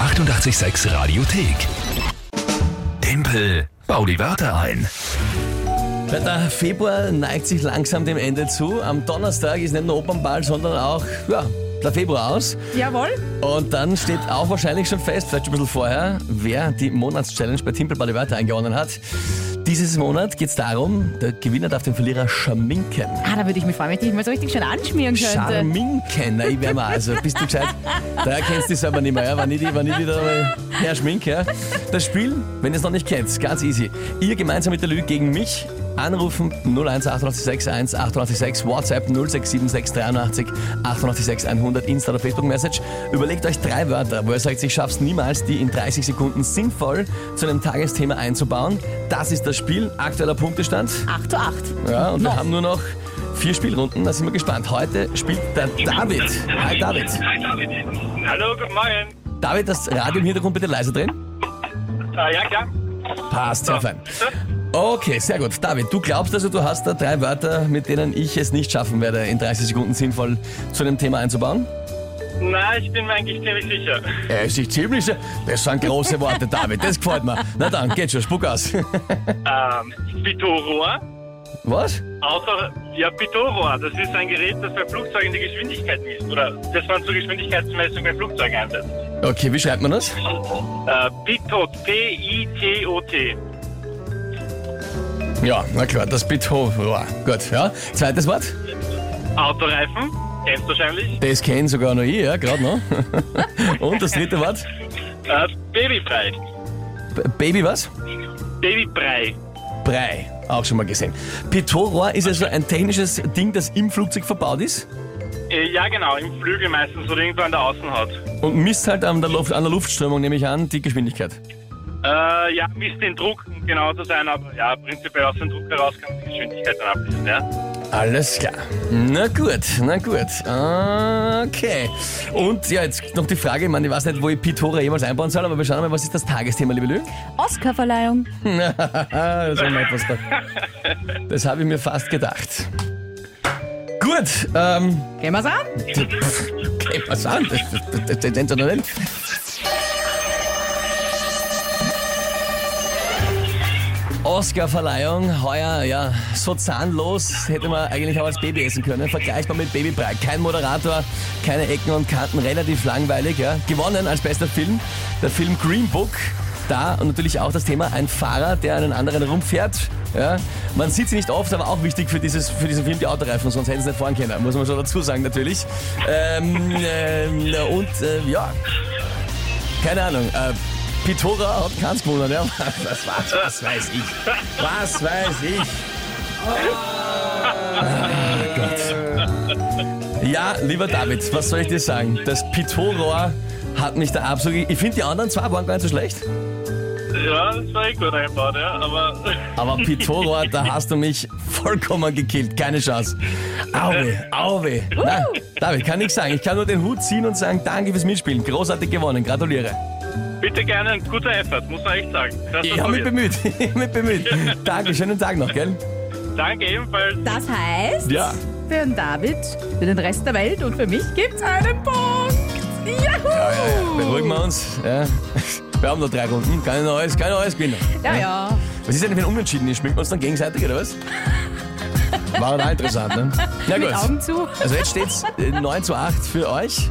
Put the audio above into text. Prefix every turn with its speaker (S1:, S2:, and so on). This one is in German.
S1: 886 Radiothek. Tempel, bau die Wörter ein.
S2: Weil der Februar neigt sich langsam dem Ende zu. Am Donnerstag ist nicht nur Opernball, sondern auch ja, der Februar aus.
S3: Jawohl.
S2: Und dann steht auch wahrscheinlich schon fest, vielleicht schon ein bisschen vorher, wer die Monatschallenge bei Timpelball die Wörter eingewonnen hat. Dieses Monat geht es darum, der Gewinner darf den Verlierer schminken.
S3: Ah, da würde ich mich freuen, wenn ich dich mal so richtig schön anschmieren könnte.
S2: Scharminken, Na, ich wär mal, also bist du gescheit? Da kennst du dich selber nicht mehr, ja? Wann ich die, wann ich die da mal herschminke, ja? Das Spiel, wenn ihr es noch nicht kennt, ganz easy. Ihr gemeinsam mit der Lüge gegen mich anrufen 01886 886 WhatsApp 0676 83 886 100 Insta oder Facebook Message. Überlegt euch drei Wörter, wo ihr sagt, ich schaff's niemals, die in 30 Sekunden sinnvoll zu einem Tagesthema einzubauen. Das ist das Spiel. Aktueller Punktestand.
S3: 8 zu 8.
S2: Ja, und wir
S3: Noch.
S2: haben nur noch vier Spielrunden. Da sind wir gespannt. Heute spielt der David. Hi David.
S4: Hallo, guten Morgen.
S2: David, das Radio im Hintergrund bitte leise drehen.
S4: Ah, ja, klar.
S2: Passt, sehr fein. Okay, sehr gut. David, du glaubst also, du hast da drei Wörter, mit denen ich es nicht schaffen werde, in 30 Sekunden sinnvoll zu einem Thema einzubauen?
S4: Na, ich bin mir eigentlich ziemlich sicher.
S2: Er ist sich ziemlich... Das sind große Worte, David. Das gefällt mir. Na dann, geht schon. Spuck aus.
S4: Ähm, Bitorohr.
S2: Was?
S4: Außer, ja, Bitorohr. Das ist ein Gerät, das bei Flugzeugen die Geschwindigkeit misst. Oder das man zur Geschwindigkeitsmessung bei Flugzeugen einsetzt.
S2: Okay, wie schreibt man das?
S4: Äh, Bitot. P-I-T-O-T.
S2: Ja, na klar, das Bithofer. Gut, ja. Zweites Wort?
S4: Autoreifen. Kennst du wahrscheinlich.
S2: Das kennen sogar noch ich, ja, gerade noch. Und das dritte Wort?
S4: Äh, Babybrei.
S2: B Baby was?
S4: Babybrei.
S2: Brei. Auch schon mal gesehen. Pitot-Rohr ist also ein technisches Ding, das im Flugzeug verbaut ist
S4: Äh, ja, genau. Im Flügel meistens oder irgendwo an der Außenhaut.
S2: und misst halt an der, Luft, an der Luftströmung, nehme ich an, die Geschwindigkeit.
S4: Äh, ja, misst den Druck, um genau zu sein. Aber ja, prinzipiell aus dem Druck heraus kann man die Geschwindigkeit dann ablesen, ja.
S2: Alles klar. Na gut, na gut. Okay. Und ja, jetzt noch die Frage, ich meine, ich weiß nicht, wo ich Pitora jemals einbauen soll, aber wir schauen mal, was ist das Tagesthema, liebe Lü?
S3: Oscarverleihung.
S2: Ah, das, haben wir etwas da. das habe ich mir fast gedacht. Gut, ähm,
S3: Gehen wir's an?
S2: Okay, pass an, das, das, das, das sensationell. Oscar-Verleihung, heuer, ja, so zahnlos hätte man eigentlich auch als Baby essen können. Vergleichbar mit Babybrei. Kein Moderator, keine Ecken und Kanten, relativ langweilig, ja. Gewonnen als bester Film, der Film Green Book. Da und natürlich auch das Thema ein Fahrer, der einen anderen rumfährt. Ja. Man sieht sie nicht oft, aber auch wichtig für, dieses, für diesen Film die Autoreifen, sonst hätten sie nicht fahren können, muss man schon dazu sagen natürlich. Ähm, ähm, und äh, ja, keine Ahnung. Äh, Pitora hat keins gewonnen, ja? Was, was, was weiß ich? Was weiß ich? Ah, Gott. Ja, lieber David, was soll ich dir sagen? Das Pitorrohr hat mich da absolut. Ich finde die anderen zwei waren gar nicht so schlecht.
S4: Ja, das war eh gut eingebaut, ja. Aber
S2: Aber Pitorrohr, da hast du mich vollkommen gekillt. Keine Chance. Auwe, auwe. Nein, David, kann nichts sagen. Ich kann nur den Hut ziehen und sagen, danke fürs Mitspielen. Großartig gewonnen. Gratuliere.
S4: bitte gerne ein guter Effort, muss man echt sagen. Krass,
S2: Ich habe mich
S4: probiert.
S2: bemüht. Ich hab mich bemüht. Danke, schönen Tag noch, gell?
S4: Danke ebenfalls.
S3: Das heißt,
S2: Ja.
S3: für den David, für den Rest der Welt und für mich gibt's einen Punkt. Juhu!
S2: Beruhigen wir uns. Ja. Wir haben noch drei Runden. Keine neues, keine neues gewinnen.
S3: Ja, ja.
S2: Was ist denn, wenn unentschieden ist? Schminken wir uns dann gegenseitig, oder was? War auch interessant, ne? Na
S3: Mit Augen zu.
S2: Also jetzt steht's äh, 9 zu 8 für euch.